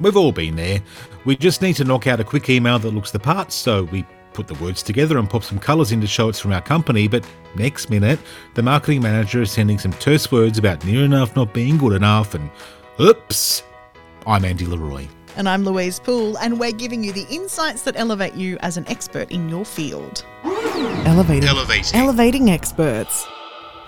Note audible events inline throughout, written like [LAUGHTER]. We've all been there. We just need to knock out a quick email that looks the part, so we put the words together and pop some colours in to show it's from our company, but next minute, the marketing manager is sending some terse words about near enough not being good enough and oops. I'm Andy Leroy. And I'm Louise Poole, and we're giving you the insights that elevate you as an expert in your field. Elevating. Elevating. Elevating experts.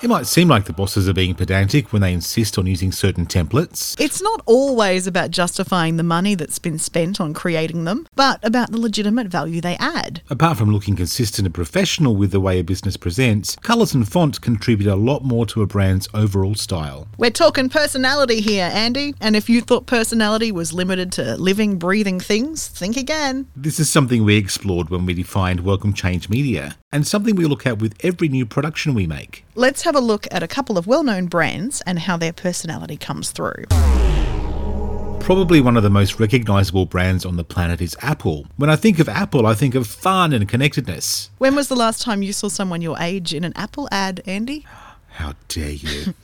It might seem like the bosses are being pedantic when they insist on using certain templates. It's not always about justifying the money that's been spent on creating them, but about the legitimate value they add. Apart from looking consistent and professional with the way a business presents, colours and fonts contribute a lot more to a brand's overall style. We're talking personality here, Andy, and if you thought personality was limited to living, breathing things, think again. This is something we explored when we defined Welcome Change Media, and something we look at with every new production we make. Let's have a look at a couple of well known brands and how their personality comes through. Probably one of the most recognisable brands on the planet is Apple. When I think of Apple, I think of fun and connectedness. When was the last time you saw someone your age in an Apple ad, Andy? How dare you?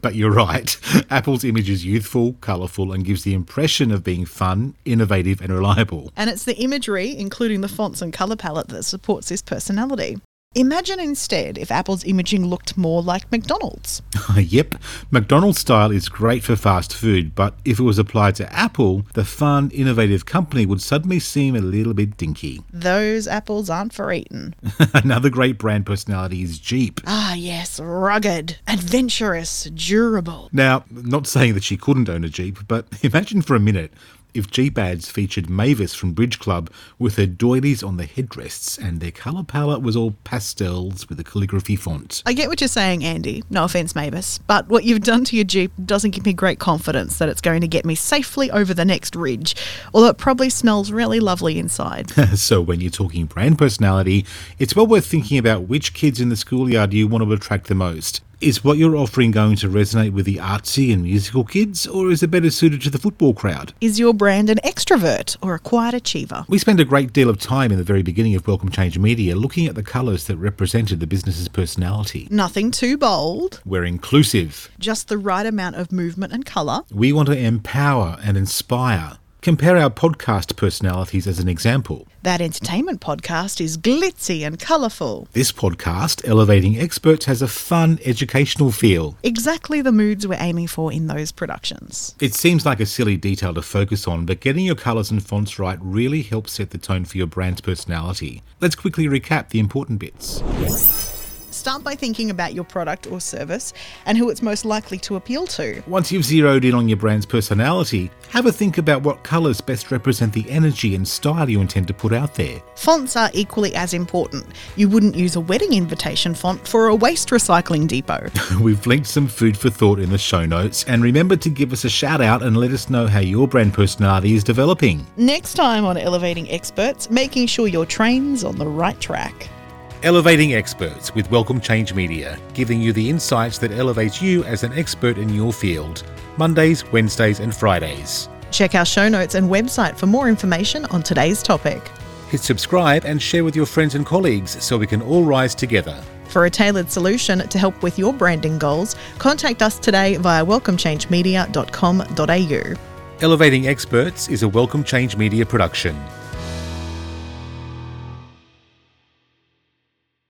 but you're right. Apple's image is youthful, colourful, and gives the impression of being fun, innovative, and reliable. [LAUGHS] And it's the imagery, including the fonts and colour palette, that supports this personality. Imagine instead if Apple's imaging looked more like McDonald's. yep, McDonald's style is great for fast food, but if it was applied to Apple, the fun, innovative company would suddenly seem a little bit dinky. Those apples aren't for eating. [LAUGHS] Another great brand personality is Jeep. Ah, yes, rugged, adventurous, durable. Now, not saying that she couldn't own a Jeep, but [LAUGHS] imagine for a minute if Jeep ads featured Mavis from Bridge Club with her doilies on the headrests and their colour palette was all pastels with a calligraphy font. [LAUGHS] I get what you're saying, Andy. No offense, Mavis, but what you've done to your Jeep doesn't give me great confidence that it's going to get me safely over the next ridge, although it probably smells really lovely inside. so, when you're talking brand personality, it's well worth thinking about which kids in the schoolyard you want to attract the most. Is what you're offering going to resonate with the artsy and musical kids, or is it better suited to the football crowd? Is your brand an extrovert or a quiet achiever? We spent a great deal of time in the very beginning of Welcome Change Media looking at the colours that represented the business's personality. Nothing too bold, We're inclusive. just the right amount of movement and colour. We want to empower and inspire. Compare our podcast personalities as an example. That entertainment podcast is glitzy and colourful. This podcast, Elevating Experts, has a fun, educational feel. Exactly the moods we're aiming for in those productions. It seems like a silly detail to focus on, but getting your colours and fonts right really helps set the tone for your brand's personality. Let's quickly recap the important bits. Start by thinking about your product or service and who it's most likely to appeal to. Once you've zeroed in on your brand's personality, have a think about what colours best represent the energy and style you intend to put out there. [LAUGHS] Fonts are equally as important. You wouldn't use a wedding invitation font for a waste recycling depot. We've linked some food for thought in the show notes, and remember to give us a shout out and let us know how your brand personality is developing. Next time on Elevating Experts, making sure your train's on the right track. Elevating Experts with Welcome Change Media, giving you the insights that elevates you as an expert in your field. Mondays, Wednesdays, and Fridays. Check our show notes and website for more information on today's topic. Hit subscribe and share with your friends and colleagues so we can all rise together. For a tailored solution to help with your branding goals, contact us today via welcomechangemedia.com.au. Elevating Experts is a Welcome Change Media production.